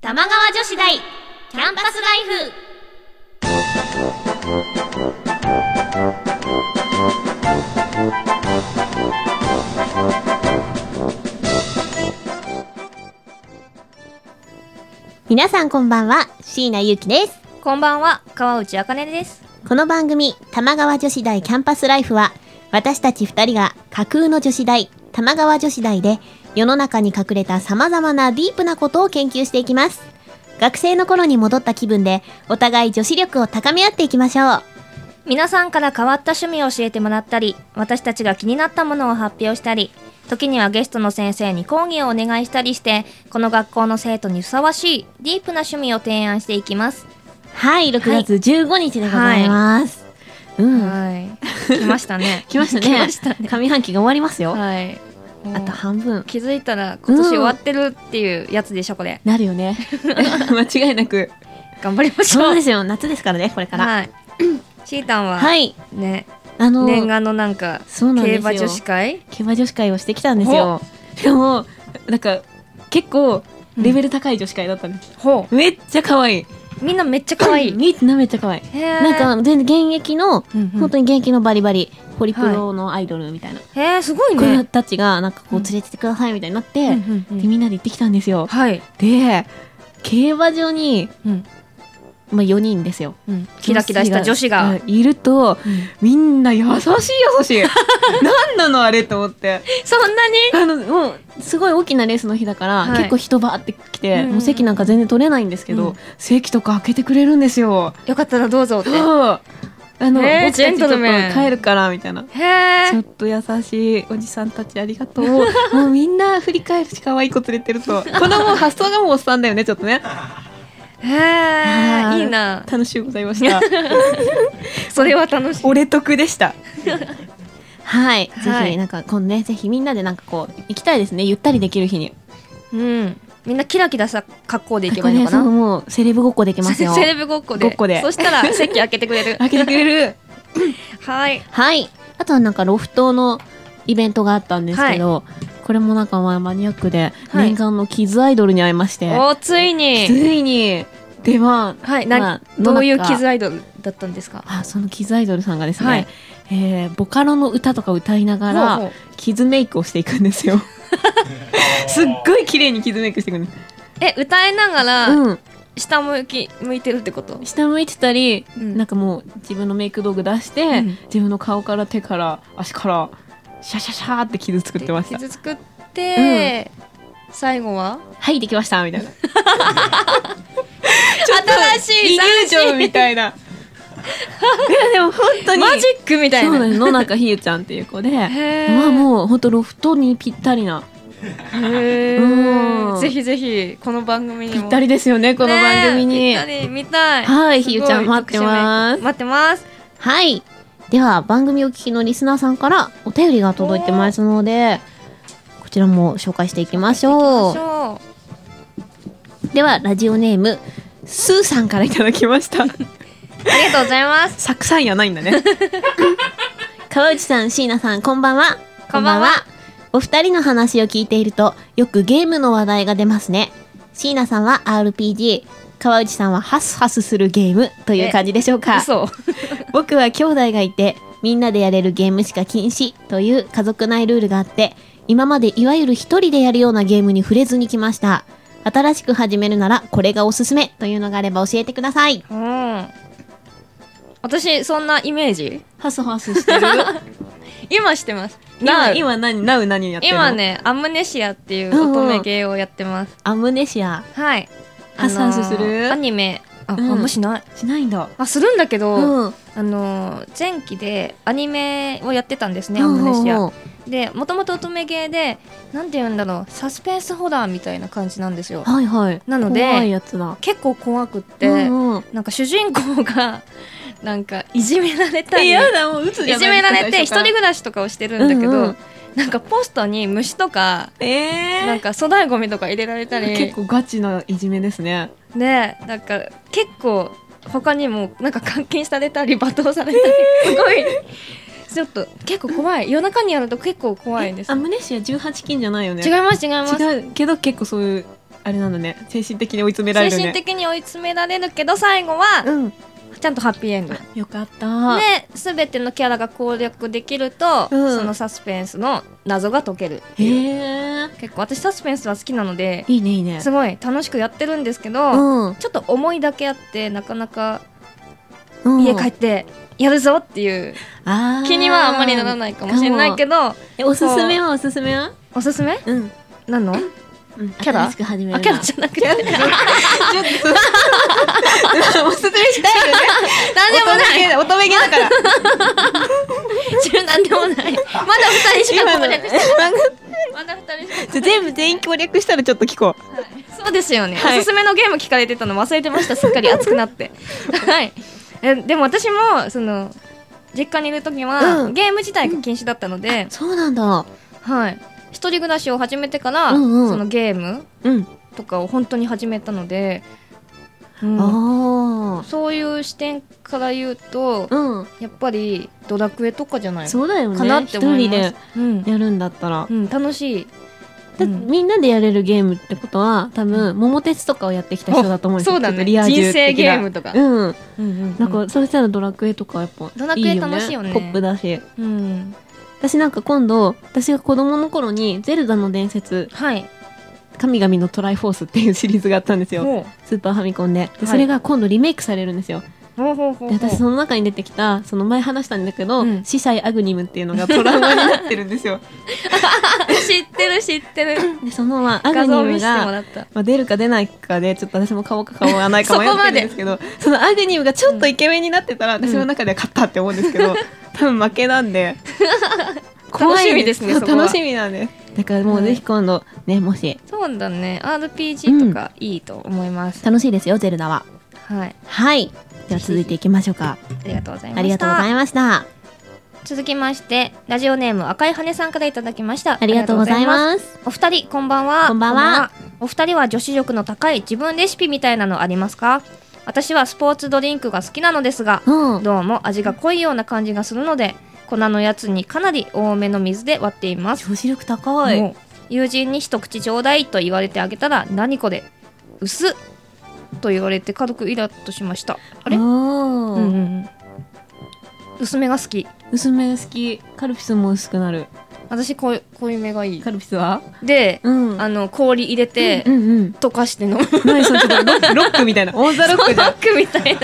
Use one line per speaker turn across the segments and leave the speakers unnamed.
玉川女子大キャンパスライフ皆さんこんばんは椎名ゆうきです
こんばんは、川内あかねです。
この番組「玉川女子大キャンパスライフは」私たち2人が架空の女子大玉川女子大で世の中に隠れた様々なディープなことを研究していきます学生の頃に戻った気分でお互い女子力を高め合っていきましょう
皆さんから変わった趣味を教えてもらったり、私たちが気になったものを発表したり、時にはゲストの先生に講義をお願いしたりして、この学校の生徒にふさわしいディープな趣味を提案していきます。
はい6月15日でございます、うん。
はい。来ましたね
来ましたね
来ましたね。
上半期が終わりますよ、
はい。もう
あと半分
気づいたら今年終わってるっていうやつでしょ、これ。
なるよね 間違いなく
頑張りましょ
そう
う。
ですよ夏ですからねこれから
はい。 シータンは、
はい
ね、
あの
念願のなんか、
そうなんです
競
よ
馬女子会
競馬女子会をしてきたんですよでもなんか結構レベル高い女子会だったんです、
ほ。
めっちゃ可愛いう
みんなめっちゃ可愛い。
みんなめっちゃ可愛い
へー
なんか全然現役の、
うんうん
本当に現役のバリバリホリプロのアイドルみたいな、
へえすごい
子
ね。
たちがなんかこう連れてってくださいみたいになって、
うんうんうん
でみんなで行ってきたんですよ、
はい。
で競馬場に、
うん
まあ、4人ですよ
うん。キラキラした女子が。
うんいるとみんな優しい優しい何なのあれと思って
そんなに
あのもうすごい大きなレースの日だから、
はい
結構人バーって来て、
うん
もう席なんか全然取れないんですけど、
うん
席とか開けてくれるんですよ。
よかったらどうぞって。
そうあの、
ねえ
僕たち
ジェントルメン
ちょっと帰るからみたいな。
へえ
ちょっと優しいおじさんたちありが とう。もうみんな振り返るし可愛い子連れてると。このもう発想がもうおっさんだ よね、ちょっとね。
へ
ー
えいいな。
楽しゅうございました。
それは楽しい。
俺得でした。はい、
はい
ぜひなんか今度ね、ぜひみんなでなんかこう行きたいですね。ゆったりできる日に。
うん。みんなキラキラした格好でいけばいい
ね、
のか
そう
な。
もうセレブごっこできます よ。
セレブごっこで。
ごっこで
そしたら席開けてくれる。
開けてくれる。
はい。
はい。あとはなんかロフトのイベントがあったんですけど、これもなんかまあマニアックで、
はい
念願のキッズアイドルに会いまして、
おつい
つ
に。
いに出番。
はい。
ま
な
あ
どういうキズ
アイ
アイドルだったんですか
ドルあ、そのキズアイドルさんがですね、
はい
えーボカロの歌とか歌いながら、
ほうほう
キズメイクをしていくんですよ。 すっごい綺麗にキズメイクしていくんです。
え、歌いながら、
うん。
下向き、向いてるってこと
下向いてたり、
うん
なんかもう自分のメイク道具出して、
ん
自分の顔から手から足から、シャシャシャーって傷作ってました。
傷作って、最後は
はい、できましたみた いな。
新しい
イリュージョンみたいな。いや、でも本当に。
マジックみたい
そうな
な。
の、野中ひゆちゃんっていう子で。
へー
まあもう本当ロフトにぴったりな。
へ
う
ー
ん
ぜひぜひこの番組に
ぴ
も
ったりですよね、この番組に。
ねえぴったり見たい。
はい
すご
ひゆちゃん待ってます
特殊メイク待ってます。
はい。では、番組お聞きのリスナーさんからお便りが届いてますので、こちらも紹介していきましょ
行
う
き。ましょ
では、ラジオネーム、スーさんからいただきま した。
う。ありがとうございます。
サクさんやないんだ ね。川内さん、椎名さん、こんばんは。
こんばんは。
お二人の話を聞いていると、よくゲームの話題が出ますね。椎名さんは RPG、川内さんはハスハスするゲームという感じでしょうか。
嘘。
僕は兄弟がいて、みんなでやれるゲームしか禁止という家族内ルールがあって、今までいわゆる一人でやるようなゲームに触れずにきました。新しく始めるならこれがおすすめというのがあれば教えてください。
うん。私そんなイメージ？
ハスハスしてる
今してます。
今、
Now
今何、なう何やってるの
今。ねアムネシアっていう
うんうん
乙女芸をやってます。
アムネシア。
はい。
ハスハスする
あのアニメあ、
うん
あんましない。
しないんだ。
あするんだけど、
うん。
あの前期でアニメをやってたんですね、アムネシア。
うん
でもともと乙女ゲーでなんて言うんだろうサスペンスホラーみたいな感じなんですよ
はいはい。
なので
怖いやつだ。
結構怖くって、
うんうん
なんか主人公が なんかいじめられた
え、
りい
やだ、もう鬱じゃない
じめられて一人暮らしとかをしてるんだけど、
うんうん
なんかポストに虫とか
えー。
なんか粗大ごみとか入れられたり
結構ガチないじめですね。
ねなんか結構他にもなんか監禁されたり罵倒されたり、すごいちょっと結構怖い夜中にやると結構怖いんです
ア
よ
ムネシア18禁じゃないよね。
違います違います
違うけど結構そういうあれなんだね精神的に追い詰められ
精
るね
神的に追い詰められるけど最後は
うん
ちゃんとハッピーエンド。
よかった、
で全てのキャラが攻略できると、
うん
そのサスペンスの謎が解けるっていう
へえ
結構私サスペンスは好きなので
いいねいいね
すごい楽しくやってるんですけど、
うん
ちょっと思いだけあってなかなか
うん
家帰ってやるぞっていう
あー
気にはあんまりならないかもしれないけど
えおすすめはおすすめは
おすすめ
うん、
なの
うん、
キャラ
新しく始める
あ
の
キャラじゃなくて何で
おすすめしたいよね
もない
い乙女芸だ から
何でもないまだ二人しか
今
攻
の
略して まだ二人しか
全部全員攻略したらちょっと聞こう
そうですよね、
はい
おすすめのゲーム聞かれてたの忘れてましたすっかり熱くなって はいえでも私もその実家にいる時は、
うん
ゲーム自体が禁止だったので、
そうなんだ
はい一人暮らしを始めてから、
うんうん
そのゲーム
うん
とかを本当に始めたので、うん、
あ
そういう視点から言うと、
あうん
やっぱりドラクエとかじゃない
そうだよね
かなって思います
一人、
うん
でやるんだったら、
うん、楽しい、
だ
うん
みんなでやれるゲームってことは多分桃鉄とかをやってきた人だと思うんですよ
おそうだね
ちょっとリア充的な
人生ゲームとか
うん
うんうんうん
なんかそうしたらドラクエとかやっぱ
ドラクエ楽しいよね
ポップだし
うん、
私なんか今度私が子供の頃に「ゼルダの伝説
はい
神々のトライフォース」っていうシリーズがあったんですよ
ほう
スーパーファミコンで
はい
でそれが今度リメイクされるんですよ
ほうほうほう
で
ほう
私その中に出てきたその前話したんだけど
うん
「司祭アグニム」っていうのがトラウマになってるんです よ
知ってる知ってる
でそのまあアグ
画
ニ
像見
ム
せても
が
らった
まあ、出るか出ないかでちょっと私も買おうか買わないか迷
そこま
って
で
るんですけどそのアグニムがちょっとイケメンになってたら、
ん
私の中では勝ったって思うんですけど、 多分負けなん で
楽しみですね
怖い
そこは
楽しみなんですだからもうぜひ今度ねもし
そうだね RPG とかいいと思います、
楽しいですよゼルダは
はい
はいでは続いていきましょうか
ありがとうございました
ありがとうございました
続きましてラジオネーム赤い羽さんからいただきました
ありがとうござい
ありがとうございま
ます
お二人こんばんは
こんばんは
お二人は女子力の高い自分レシピみたいなのありますか私はスポーツドリンクが好きなのですが
うん
どうも味が濃いような感じがするので粉のやつにかなり多めの水で割っています
女子力高い
もう友人に一口ちょうだいと言われてあげたら何これ薄っと言われて軽くイラッとしましたあれ、うん
おー
うんうん、薄めが好き
薄め好きカルピスも薄くなる
私こう濃いめがいい
カルピスは
で、
うん
あの氷入れて、
うんうん
溶かして飲むロ
何それちょっとロッ クロックみたいなオンザロックじゃん
ックみた いな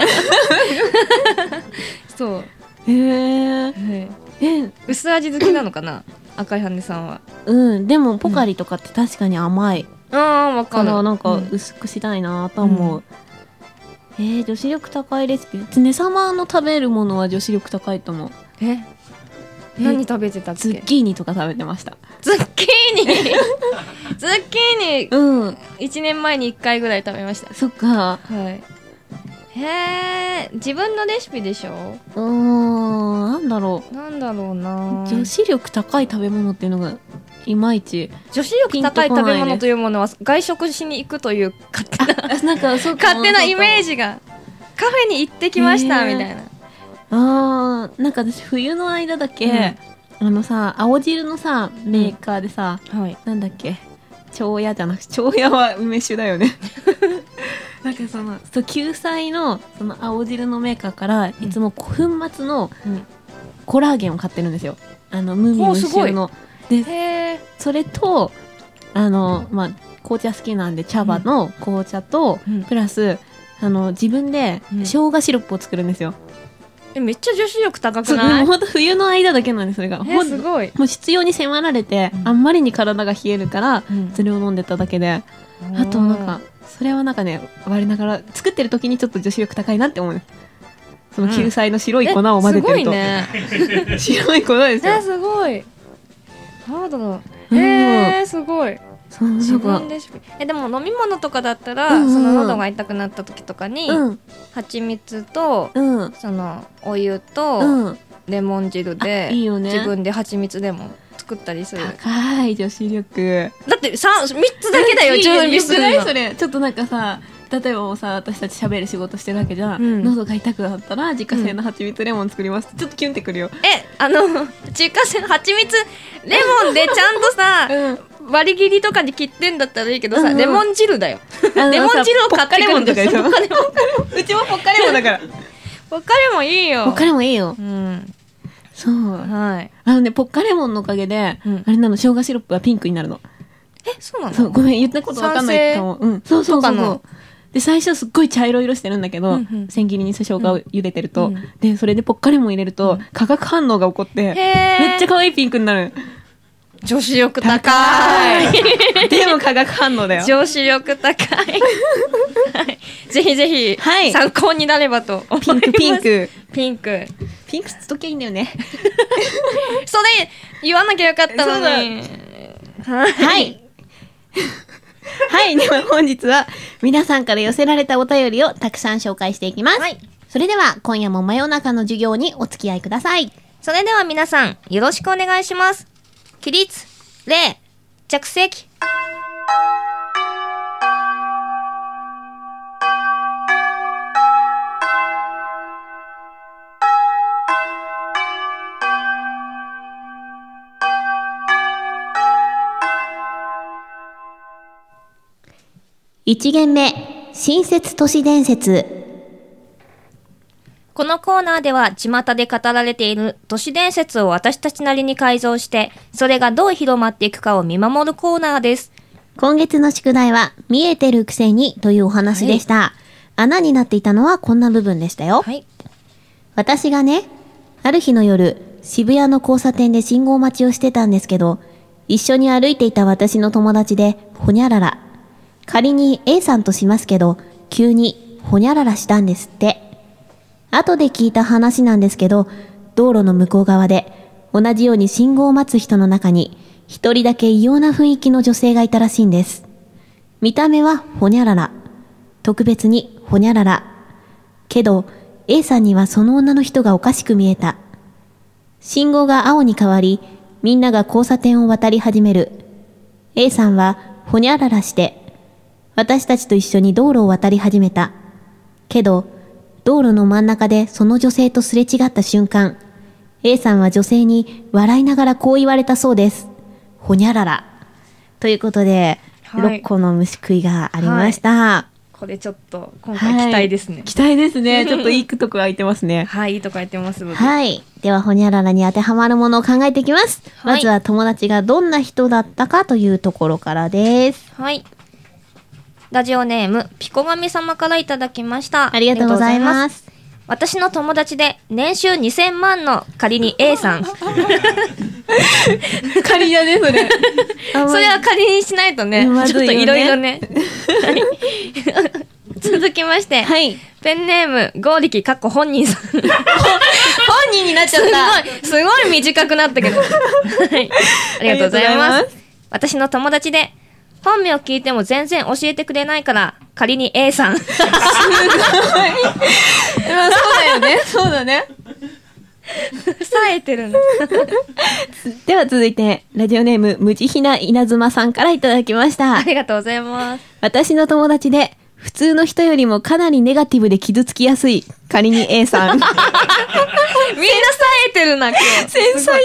そう、
へえ
はい
え
薄味好きなのかな赤い羽根さんは
うんでもポカリとかって確かに甘い
ああわ
か
かる
らなんか
う
薄くしたいなと思う、えー、女子力高いレシピねさまの食べるものは女子力高いと思う
え何食べてたっけ
ズッキーニとか食べてました
ズッキーニ ズッキーニ
うん
1年前に1回ぐらい食べました
そっか
はいへえ自分のレシピでしょ
うーんなんだろ
なんだろうな
う女子力高い食べ物っていうのがいまい ち
女子力高い食べ物というものは外食しに行くという 勝手な
あなんかそうか
勝手なイメー
ジ
ジがカフェに行ってきました
ねえ
みたいな
あーなんか私冬の間だけ、あのさ青汁のさメーカーでさ、
はい
なんだっけ蝶屋じゃなくて蝶屋は梅酒だよねなんかその そう救済のその青汁のメーカーからい
ん
つも粉末の
うん
コラーゲンを買ってるんですよあの無味
おー
無
すごい
臭の
へえ
それとあのまあ紅茶好きなんで茶葉の紅茶と、
うん
プラスあの自分で
うん
生姜シロップを作るんですよ、
えめっちゃ女子力高
そう
く
で
な
も
い
本当冬の間だけなんですそれが、
え
ほん
すごい
もう必要に迫られて、
うん
あんまりに体が冷えるから
うん
それを飲んでただけであとなんかそれはなんかね我ながら作ってる時にちょっと女子力高いなって思うその救済の白い粉を混ぜてると、
えすごいね
白い粉ですよ
えすごいなんだろ
う
う
ん
へえすごい
そうな
自
んか
分レシピえでも飲み物とかだったら、
うんうんうん
その喉が痛くなった時とかに、
うん
蜂蜜と
うん
そのお湯と、
うん
レモン汁で
あいいよね
自分で蜂蜜でも作ったりする
高い女子力
だって 3, 三つだけだよ
いい
準備する
よくないそ
の
れちょっとなんかさ
例えばもうさ私たち喋る仕事してるわけじゃん、
うん
喉が痛くなったら自家製の蜂蜜レモン作ります、ちょっとキュンってくるよ、
えあの中華製の蜂蜜レモンでちゃんとさ、
うん、
割り切りとかに切ってんだったらいいけどさ、
うんうん
レモン汁だよ
あの
レモン汁を買ってくるんだよ
さポッカ
レモン
うちもポッカレモンだ から
ポッカレモンいいよ
他でもいいよ。
うん
そう
はい
あのねポッカレモンのおかげで、
うん
あれなの生姜シロップがピンクになるの
えそうなの
そうごめん言ったことわかんないかも、うん、そうそうそうそ
とかの
うで最初すっごい茶色い色してるんだけど、
うんうん
千切りにして生姜を茹でてると、
うん
でそれでポッカレモン入れると、化学反応が起こって
へー
めっちゃ可愛いピンクになる
女子力高 い
でも化学反応だよ
女子力高い、はい、ぜひぜひ、
はい
参考になればと思い
ピ
ま
ンク
す
ピンク
ピンク
ピンクつときゃいいんだよね
それ言わなきゃよかったのに
は。
はい
はい。では本日は皆さんから寄せられたお便りをたくさん紹介していきます。
はい
それでは今夜も真夜中の授業にお付き合いください。
それでは皆さんよろしくお願いします起立礼着席
1限目、新設都市伝説。
このコーナーでは巷で語られている都市伝説を私たちなりに改造してそれがどう広まっていくかを見守るコーナーです
今月の宿題は、見えてるくせにというお話でした。穴になっていたのはこんな部分でしたよ。
はい
私がね、ある日の夜、渋谷の交差点で信号待ちをしてたんですけど、一緒に歩いていた私の友達で、ほにゃらら。仮に A さんとしますけど、急にほにゃららしたんですって。後で聞いた話なんですけど、道路の向こう側で、同じように信号を待つ人の中に、一人だけ異様な雰囲気の女性がいたらしいんです。見た目はほにゃらら。特別にほにゃらら。けど、A さんにはその女の人がおかしく見えた。信号が青に変わり、みんなが交差点を渡り始める。A さんは、ほにゃららして、私たちと一緒に道路を渡り始めた。けど、道路の真ん中でその女性とすれ違った瞬間、A さんは女性に笑いながらこう言われたそうです。ほにゃらら。ということで、
はい
6個の虫食いがありました。
これちょっと今
はい
回期待ですね
期待です ねちょっといいとこ空いてますね
はい、いいとこやってますので
はい。では、ほにゃららに当てはまるものを考えていきます。
はい
まずは友達がどんな人だったかというところからです。
はい。ラジオネーム、ピコ神様からいただきました。
ありがとうござい
ありがとうございま。
ますす。
私の友達で、年収2000万の仮に A さん。そ
仮だねそれ
あ
れは仮にしないとね、
まず
ちょっと
いよね
いろいろね。 はい 続きまして、
はい。
ペンネーム、ゴーリキ、かっこ本人さん。 すごい、
本人になっちゃっ。
すごい短くなったけど。はい。ありがとうござい
あ
ま
りがとうござい
す。私の友達で、本名聞いても全然教えてくれないから、仮に A さん。
まあそうだよねそうだね
冴えてる の。
では続いて、ラジオネーム、無慈悲な稲妻さんからいただきました
あ。りがとうございます。
私の友達で、普通の人よりもかなりネガティブで傷つきやすい。仮に A さん。
みんな冴えてるな、 今日。
繊細だね。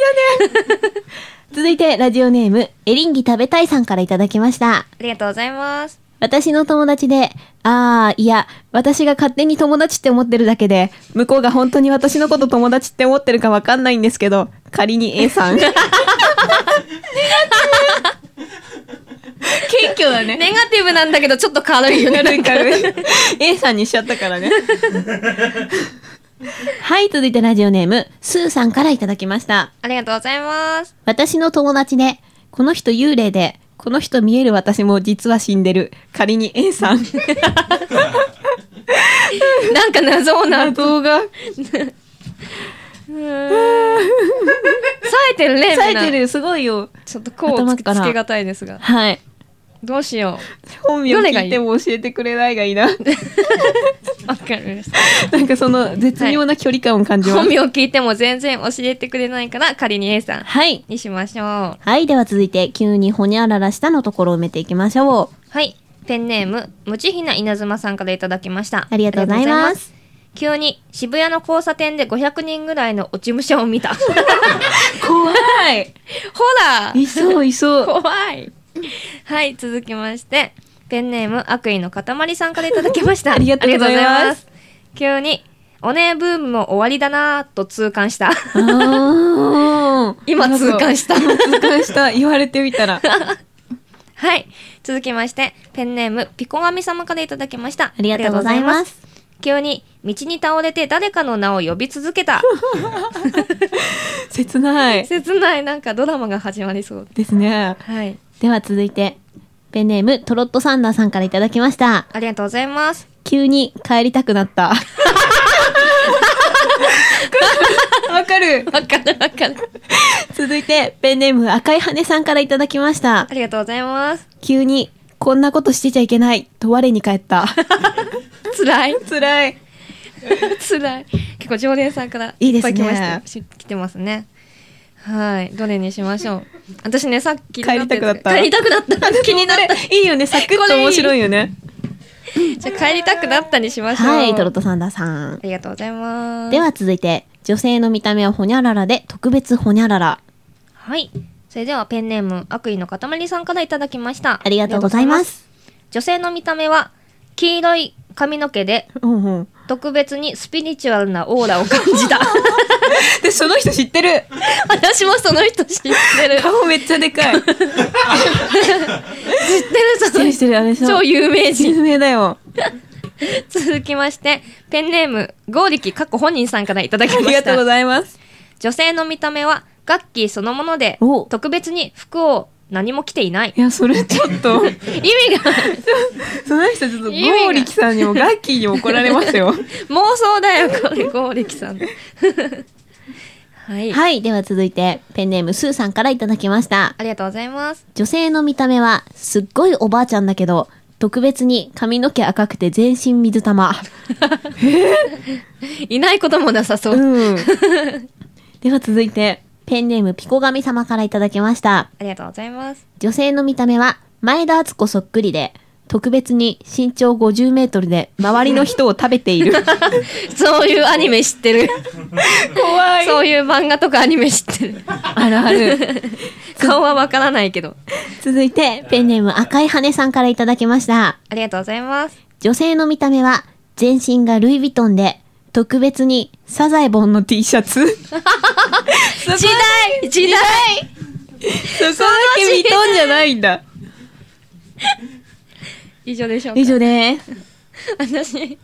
続いて、ラジオネーム、エリンギ食べたいさんからいただきました。
ありがとうございます。
私の友達で、ああ、いや、私が勝手に友達って思ってるだけで、向こうが本当に私のこと友達って思ってるかわかんないんですけど、仮に A さん。
謙虚だね
ネガティブなんだけど、ちょっと 軽いよね。
軽い軽 い A さんにしちゃったからね
はい、続いてラジオネーム、スーさんからいただきました。
ありがとうございます。
私の友達で、この人幽霊で、この人見える私も実は死んでる。仮に A さん。
なんか謎な。動画。うーん冴えてる
冴
ね、みん
え
な。
てる、すごいよ。
ちょっとこう
頭
つ
から
つけがたいですが。
はい。
どうしよ
本名
どれが
聞
いい
いても教えてくれないがいいな
う。わかりました。
なんかその絶妙な距離感を感じます、
本名聞いても全然教えてくれないから、仮に A さん
はい。
にしましょう。
はい、では続いて、急にほにゃららしたのところを埋めていきましょう。
はい。ペンネームムチヒナ稲妻さんからいただきました
ありがとうござい
ありが
ま
とうございます
す。
急に渋谷の交差点で500人ぐらいの落ち武者を 見たほ
怖い。
ら
いそう、いそう。
怖いはい続きましてペンネーム悪意の塊さんからいただきました
ありがとうございます
ありがとうござ急にお姉ブームも終わりだなぁと痛感した
あー
今痛感した
今痛感した。言われてみたら。
はい続きましてペンネームピコガミ様からいただきました
ありがとうござい
ありがとうございま
ますす。
急に道に倒れて誰かの名を呼び続けた
切ない。
切ないなんかドラマが始まりそう
ですね。
はい
では続いて、ペンネーム、トロットサンダーさんからいただきました。
ありがとうございます
急に帰りたくなった。
わかる。
わかるわかる
続いて、ペンネーム、赤い羽さんからいただきました
あ。りがとうございます
急に、こんなことしてちゃいけない、と我に返った。
辛い
辛 い。
辛い結構常連さんから
いい
い
で
っ
す
ぱ
ね
い来ましたし来てますねはいどれにしましょう私ねさっき
帰りたくなった
帰りたくなった気にな った
いいよね。サクッと面白いよね。
じゃあ帰りたくなったにしましょう
はい、トロッ
あ
トサンダーさん。
りがとうございます
では続いて、女性の見た目はほにゃららで、特別ほにゃらら。
はいそれではペンネーム悪意の塊さんからいただきました
ありがとうございま
ありがとうございます
す。
女性の見た目は黄色い髪の毛で
うんうん。
特別にスピリチュアルなオーラを感じた
で、その人知ってる。
私もその人知ってる
顔めっちゃでかい。
知ってるその人
てる、あれでし
超有名人
有名だよ。
続きましてペンネーム剛力過去本人さんからいただき
あ
ま
りが
し
とうご
た
ざいます。
女性の見た目はガッキーそのもので
お
特別に服を何も着ていない
いや、それちょっと、
意味が
その人ちょっと、
意味が
ゴーリキさんにもガッキーにも怒られますよ。
妄想だよこれ剛力 さんはい、
はい、では続いて、ペンネーム、スーさんからいただきました。
ありがとうございます
女性の見た目は、すっごいおばあちゃんだけど、特別に髪の毛赤くて全身水 玉。
いないこともなさそう、
うん。
では続いて、ペンネームピコガミ様からいただきました。
ありがとうございます
女性の見た目は、前田敦子そっくりで、特別に身長50メートルで周りの人を食べてい る。
そういうアニメ知ってる
怖い。
そういう漫画とかアニメ知ってる
あるある。
顔はわからないけど
続いて、ペンネーム赤い羽さんからいただきました。
ありがとうございます
女性の見た目は、全身がルイ・ヴィトンで、特別にサザエボンの T シ ャツ。
時代時代
そこだけ見とんじゃないんだ。
以上でしょうか
以上です。
私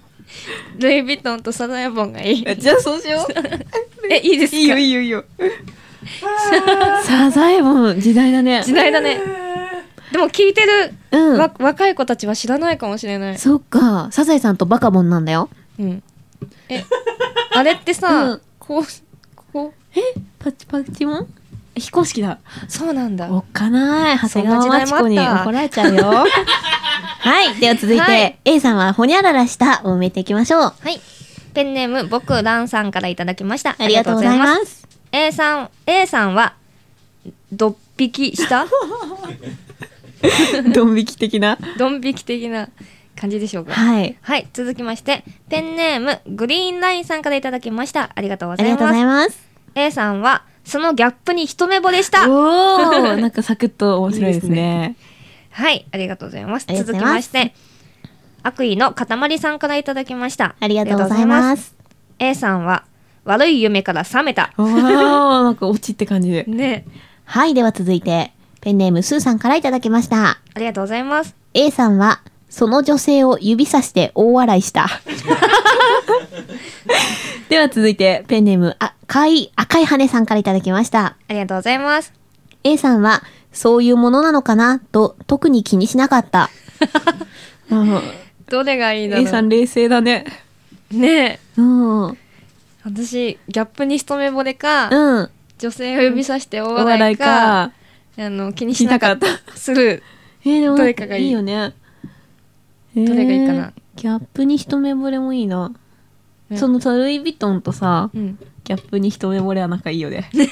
ルイ・ヴィトンとサザエボンがいい
じゃあそうしよ
えいいです
う。
か
いいよ、いいよ、いいよ。
サザエボン、時代だね。
時代だねでも聞いてる、
うん
わ若い子たちは知らないかもしれない、
そっか、サザエさんとバカボンなんだよ。
うん、えあれってさ、
うん
こうこう
パチパチもん
非公式だ。
そうなんだ
おっかない。長
そん
谷
な
川町
時代もあった
子に怒られちゃうよ。はい。では続いて、
はい
A さんは、ほにゃららしたを埋めていきましょう。
はいペンネーム僕ランさんからいただきました
ありがとうござい
ありがとうございま
ますす。
A さん A さんはドッ引きした
ドン引き的な。
ドン引き的な感じでしょうか
はい。
はい、続きまして、ペンネーム、グリーンラインさんからいただきました。ありがとうご
あ
ざ
り
い
がとう
ま
ご
す。
ざいます。
A さんは、そのギャップに一目惚れした。
おー、なんかサクッと面白いですね。
はい、ありがとうございます。
ありがとう
続
ご
き
ざい
ま
ま
し
す
て、悪意の塊さんからいただきました。
ありがとうござい
ありがとうござい
ま。
ます A さんは、悪い夢から覚めた。
おー、なんかオチって感じで。
ね、
はい。では続いて、ペンネーム、スーさんからいただきました。
ありがとうございます。
A さんは、その女性を指さして大笑い した。では続いて、ペンネーム、赤い、赤い羽さんからいただきました。
ありがとうございます。
A さんは、そういうものなのかなと、特に気にしな かった。
うん
どれがいいだろう
A さん冷静だね。
ね
う
え
ん。うん。
私、ギャップに一目惚れか、
あ
女性を指さして大
お
笑
笑
い
い
か、
か。
あの、気にしなかった
気にし。
する。
えー、でも
どれかがいい
いいよね。ど
れがいいかな。
ギャップに一目惚れもいいな。
ね
そのさルイ・ヴィトンとさ、
うん。
ギャップに一目惚れはなんかいいよね。
ギ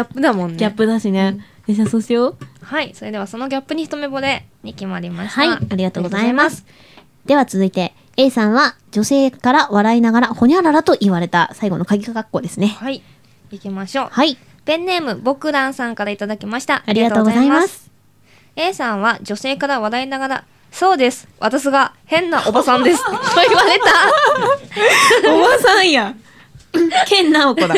ャップだもんね。
ギャップだしね。
えじゃあそうしよう。
はい、それではそのギャップに一目惚れに決まりました。
はい、ありがとうございます。では続いて、A さんは女性から笑いながらほにゃららと言われた最後の鍵かかっこですね。
はい、行きましょう。
はい、
ペンネーム、ボクランさんからいただきました。
ありがとうございま
ありがとうございます。
す。
A さんは女性から笑いながら、そうです。私が変なおばさん です。と言われた。
おばさん や。ケンナオコだ。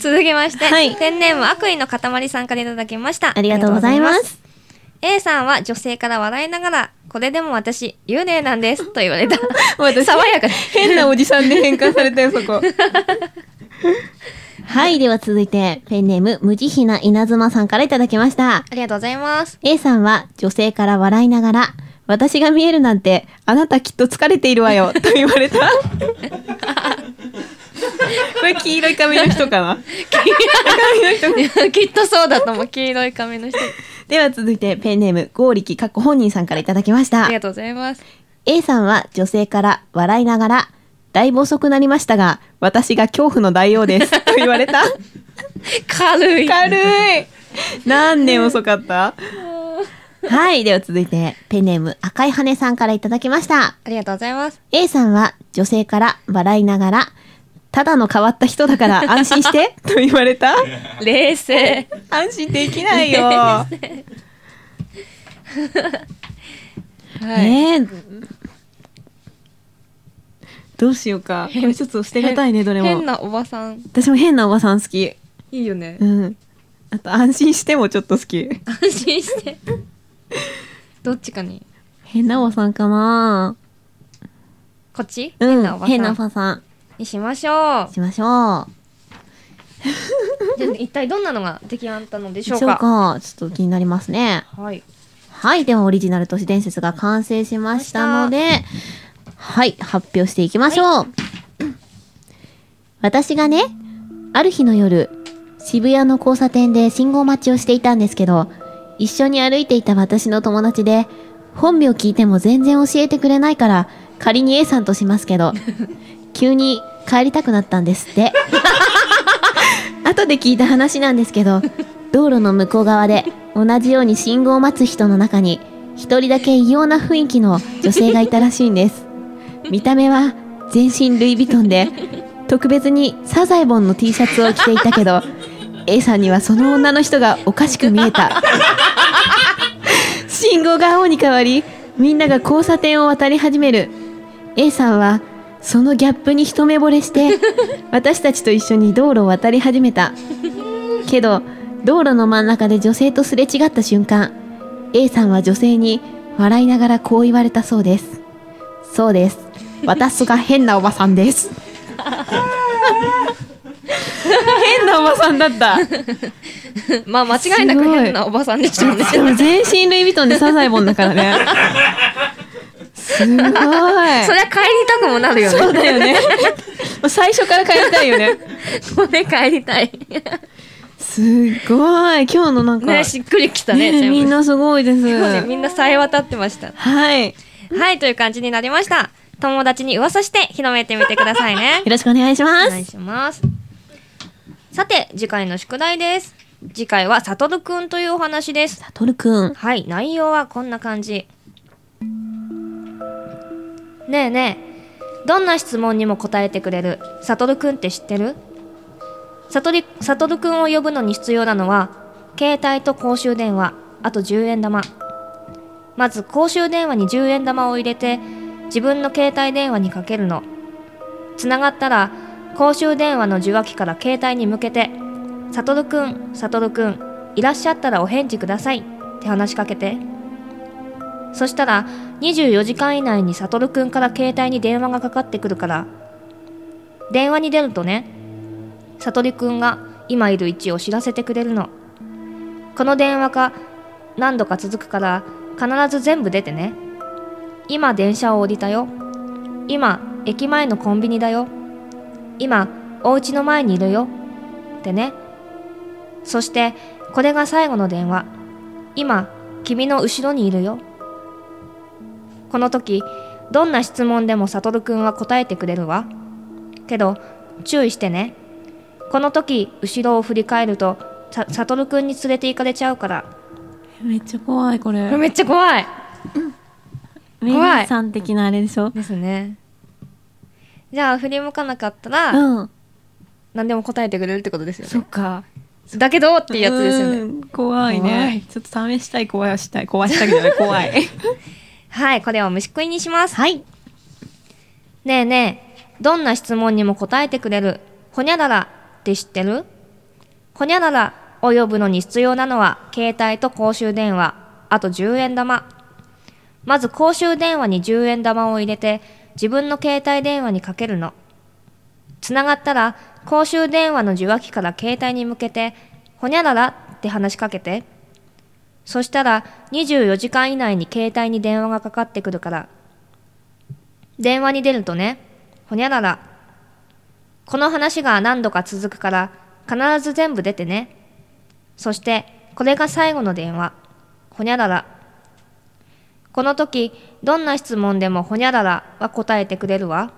続きまして、
はい
ペンネーム悪意の塊さんからいただきました。
ありがとうございま。
ありがとうございます A さんは女性から笑いながら、これでも私、幽霊なんです。と言わ れた。爽やかに。
変なおじさんで変換されたよ、そこ。
はい、では続いて、ペンネーム、無慈悲な稲妻さんからいただきました。
ありがとうござ います。
A さんは女性から笑いながら、私が見えるなんて、あなたきっと疲れているわ よ、と言われた。
これ黄色い髪の人かな
いやきっとそうだと思う。黄色い髪の人。
では続いて、ペンネーム、ゴーリキ、かっこ本人さんからいただきました
あり。がとうございます。
A さんは女性から笑いながら、だいぶ遅くなりましたが、私が恐怖の大王です。 と言われた。
軽い。
軽い。
何年遅か った
はい。では続いて、ペンネーム赤い羽さんからいただきました。
ありがとうございます。
A さんは女性から笑いながら、ただの変わった人だから安心 して。
と言われた
冷静。
安心できない よ。
はい。
えー
どうしようか。これちょっと捨てがたいね、どれも
変。なおばさん。
私も変なおばさん好き。
いいよね
う。ん。
あと、安心してもちょっと好き。
安心 して。どっちかに。
変なおばさんかな
こっち、
うん。
変なおばさん。
変なおばさん。
にしましょう。
しましょう。
じゃあ一体どんなのが出来上がったのでし
で
ょう
しょう
か。
か。ちょっと気になりますね。
はい。
はい。では、オリジナル都市伝説が完成しましたので、はい。発表していきましょう。私がね、ある日の夜、渋谷の交差点で信号待ちをしていたんですけど、一緒に歩いていた私の友達で、本名聞いても全然教えてくれないから、仮に A さんとしますけど、急に帰りたくなったんですって。後で聞いた話なんですけど、道路の向こう側で同じように信号を待つ人の中に、一人だけ異様な雰囲気の女性がいたらしいんです。見た目は全身ルイ・ヴィトンで、特別にサザエボンの T シャツを着ていたけど、A さんにはその女の人がおかしく見えた。信号が青に変わり、みんなが交差点を渡り始める。A さんは、そのギャップに一目惚れして、私たちと一緒に道路を渡り始めた。けど、道路の真ん中で女性とすれ違った瞬間、A さんは女性に笑いながらこう言われたそうです。そうです。私が変なおばさんです。
変なおばさんだった。
まあ間違いなく
すごい
変なおばさんでしたね。
でも全身ルイ・ヴィトンでサザエボンだからね。すごい。
そりゃ帰りたくもなるよね。
そうだよね。最初から帰りたいよね。
これ帰りたい。
すごい。今日のなんか、
ね、しっくりきたね、
ね
全部
みんなすごいです。
そうねみんなさえ渡ってました。
はい。よ。
はい、という感じになりました。友達に噂して広めてみてくださいね
ろしくお願いし
お
ま
願い
す。
します。さて、次回の宿題です。次回は、サトルくんというお話です。
トルくん。
はい、内容はこんな感じ。ねえねえ、どんな質問にも答えてくれる、サトルくんって知ってるサトリサトルくんを呼ぶのに必要なのは、携帯と公衆電話、あと10円玉。まず公衆電話に10円玉を入れて、自分の携帯電話にかけるの。つながったら、公衆電話の受話器から携帯に向けて、サトルくん、サトルくん、いらっしゃったらお返事くださいって話しかけて。そしたら、24時間以内にサトルくんから携帯に電話がかかってくるから、電話に出るとね、さとりくんが今いる位置を知らせてくれるの。この電話が何度か続くから必ず全部出てね。今電車を降りたよ。今駅前のコンビニだよ。今お家の前にいるよ。ってね。そしてこれが最後の電話。今君の後ろにいるよ。この時どんな質問でもさとるくんは答えてくれるわ。けど注意してね。この時後ろを振り返るとさサトルくんに連れて行かれちゃうから
めっちゃ怖いこれ
めっちゃ怖い
メリーさん的なあれでしょ
ですねじゃあ振り向かなかったら、
うん
何でも答えてくれるってことですよね
か
だけどっていうやつですよね
ね怖い
怖
ね
い
ちょっと試したい怖いはしたい怖いしたけどね怖い
はいこれを虫食いにしま す
はい。
ねえねえどんな質問にも答えてくれるほにゃららって知ってるほにゃららを呼ぶのに必要なのは携帯と公衆電話あと10円玉まず公衆電話に10円玉を入れて自分の携帯電話にかけるのつながったら公衆電話の受話器から携帯に向けてほにゃららって話しかけてそしたら24時間以内に携帯に電話がかかってくるから電話に出るとね、ほにゃらら。この話が何度か続くから、必ず全部出てね。そして、これが最後の電話。ほにゃらら。この時、どんな質問でもほにゃららは答えてくれるわ。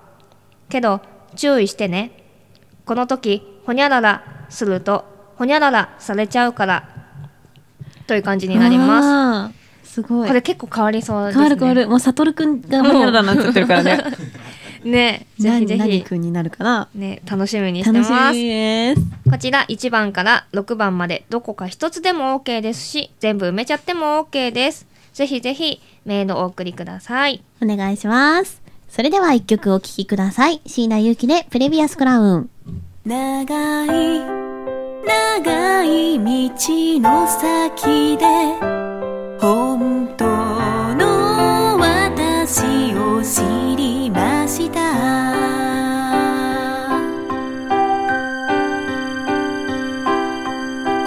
けど、注意してね。この時、ほにゃららすると、ほにゃららされちゃうから。という感じになります。
すすごい
これ結構変わりそうです
変わ
ね。
る変わるもう悟くんがマニラだなっちゃってるから ね
ね、ぜひ
何
ぜひ
何。くんになるかな
ね、楽しみにして
楽し
ま
み
す。
です
こちら1番から6番までどこか一つでも OK ですし、全部埋めちゃっても OK です。ぜひぜひメールをお送りください。
お願いします。それでは一曲お聴きください。椎名優樹でプレビアスクラウン。
長い長い道の先で本当の私を知りました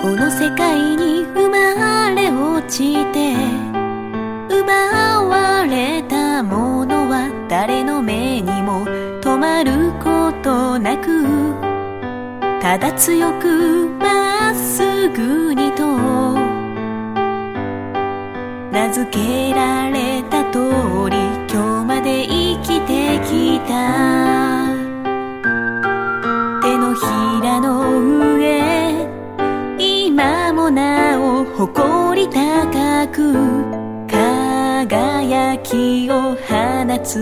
この世界に生まれ落ちて奪われたものは誰の目にも止まることなくただ強くまっすぐにと名付けられた通り今日まで生きてきた手のひらの上今もなお誇り高く輝きを放つ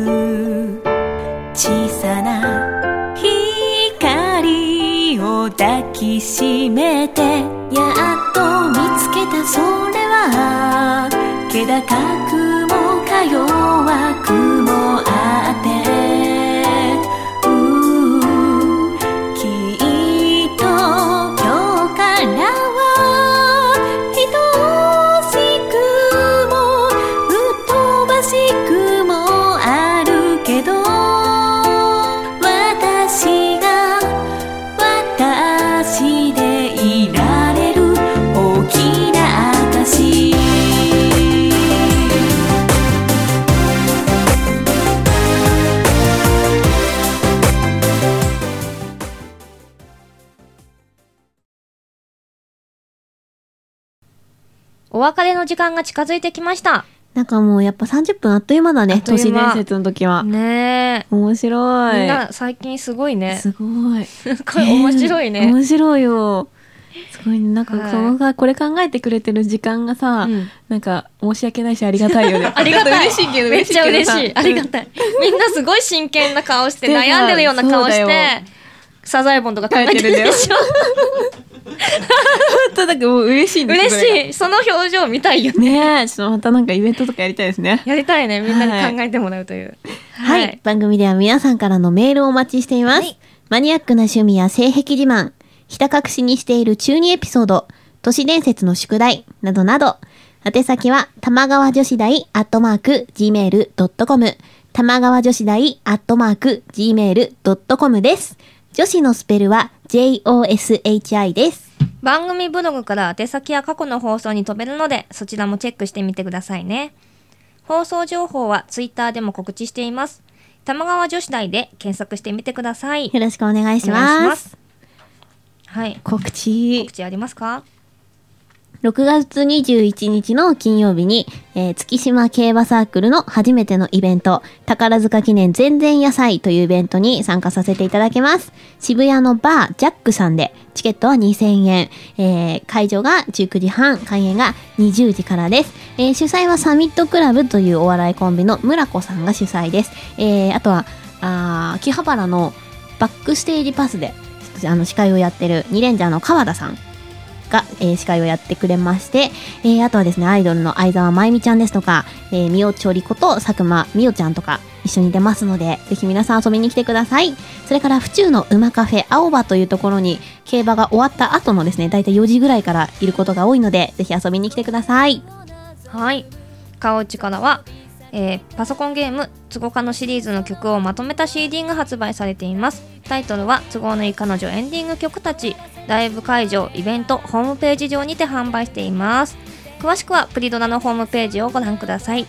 小さな光を抱きしめてやっと見つけたそれは気高くもか弱くもあってうんきっと今日からは愛しくもうっとばしくもあるけど私が私でいられる大きな証
お別れの時間が近づいてきました。
なんかもうやっぱ30分あっという間だね。
と
都
いう
市
間
伝説の時は
ね
面
え。
白
みん
い
な最近すごいね。す
すごい
ごい面白いね。
面白いよすごいねなん
は
か
い
そのがこれ考えてくれてる時間がさ、
うん
なんか申し訳ないしありがたいよね
ありがたい。
ちょっと嬉しいけど
めっちゃ嬉
けどさ
しい。ありがた い。みんなすごい真剣な顔して、
してた
悩んでるような顔し
そうだ
て
よ、
サザエボンとか考えてる でしょ。
本 当なんかもう嬉しいんです
嬉しい。その表情見たいよ
いねえちょっとまたなんかイベントとかやりたいですね
やりたいね。みんなに考えてもらうという。
はい、番組では皆さんからのメールをお待ちしています。マニアックな趣味や性癖自慢、ひた隠しにしている中二エピソード、都市伝説の宿題などなど、宛先は玉川女子大アットマーク gmail.com 玉川女子大アットマーク gmail.com です。女子のスペルは joshi です。
番組ブログから宛先や過去の放送に飛べるので、そちらもチェックしてみてくださいね。放送情報はツイッターでも告知しています。玉川女子大で検索してみてください。
よろしくお願いし
お願いし
ま
ますす。はい。
告知
告知ありますか
6月21日の金曜日に、えー月島競馬サークルの初めてのイベント、宝塚記念全然野菜というイベントに参加させていただきます。渋谷のバージャックさんで、チケットは2000円、えー会場が19時半、開演が20時からです。えー主催はサミットクラブというお笑いコンビの村子さんが主催です。えーあとは、あー秋葉原のバックステージパスで、あの司会をやってる二レンジャーの川田さんが、えー司会をやってくれまして、えーあとはですねアイドルの相沢まゆみちゃんですとか、えー、みおちょりこと佐久間みおちゃんとか一緒に出ますのでぜひ皆さん遊びに来てくださいそれから府中の馬カフェ青葉というところに競馬が終わった後のですねだいたい4時ぐらいからいることが多いのでぜひ遊びに来てください
はい川内からは、えーパソコンゲーム「つごかの」シリーズの曲をまとめた CD が発売されていますタイトルは「都合のいい彼女エンディング曲たち」ライブ会場イベントホームページ上にて販売しています詳しくはプリドラのホームページをご覧ください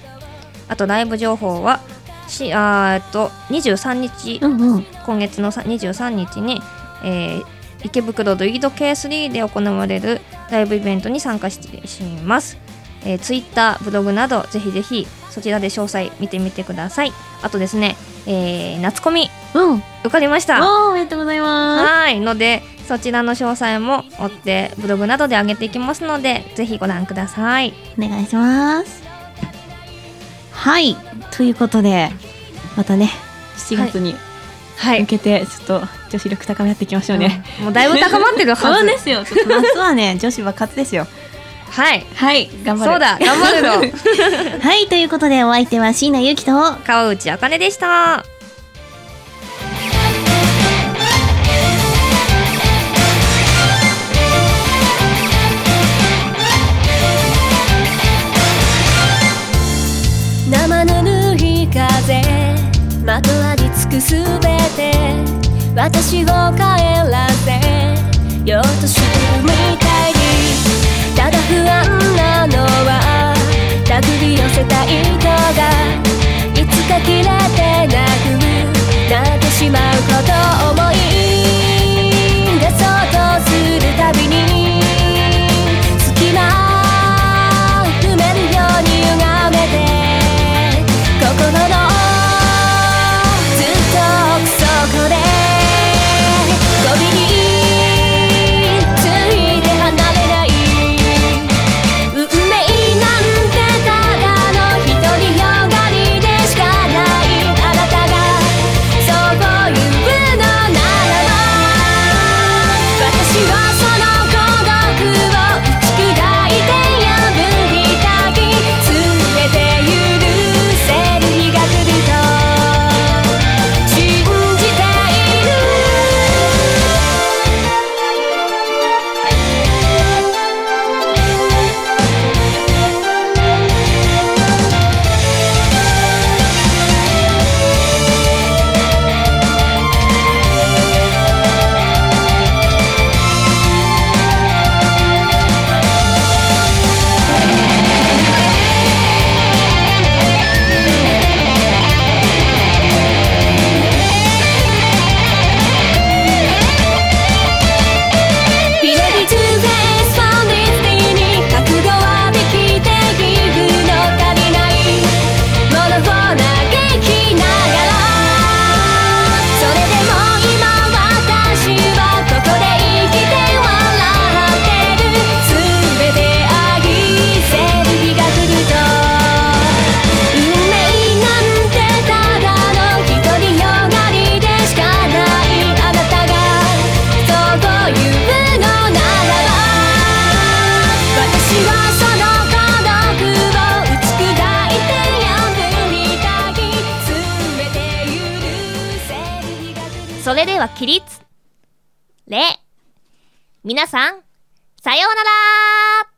あとライブ情報はしあーえっと23日
うんうん
今月のさ23日に、えー池袋ドイド K3 で行われるライブイベントに参加しします、えー、Twitter ブログなどぜひぜひそちらで詳細見てみてくださいあとですね、えー夏コミ
うん
受かりました
おーおめでとうございます
はいのでそちらの詳細も追ってブログなどで上げていきますのでぜひご覧ください
お願いしますはいということでまたね
7月に
は
向けてちょっと女子力高め合っていきましょうね、
もうだいぶ高まってるはず
そうですよ。ちょっと夏はね、女子は勝つですよ。
はい
はい頑張る
そうだ頑張るぞ
はい、ということでお相手は椎名ゆきと、
川内あかねでした
生ぬるい風まとわりつくすべて私を帰らせようとするみたいにただ不安なのは手繰り寄せた糸がいつか切れてなくなってしまうことを思い出そうとするたびに隙間埋めるように歪めて心のずっと奥底でゴミについて離れない運命なんてただの独りよがりでしかないあなたがそう言うのならば私はその孤独を打ち砕いて破りたき全て許せる日が来ると信じているひねり続けスパンディスティに覚悟はできてギブの足りないものを嘆きながらそれでも今私はここで生きて笑ってる全て愛せる日が来ると運命なんてただの独りよがりでしかないあなたがそう言うのならば私はその孤独を打ち砕いて破りたき全て許せる日が来る
それでは起立。礼。皆さん、さようなら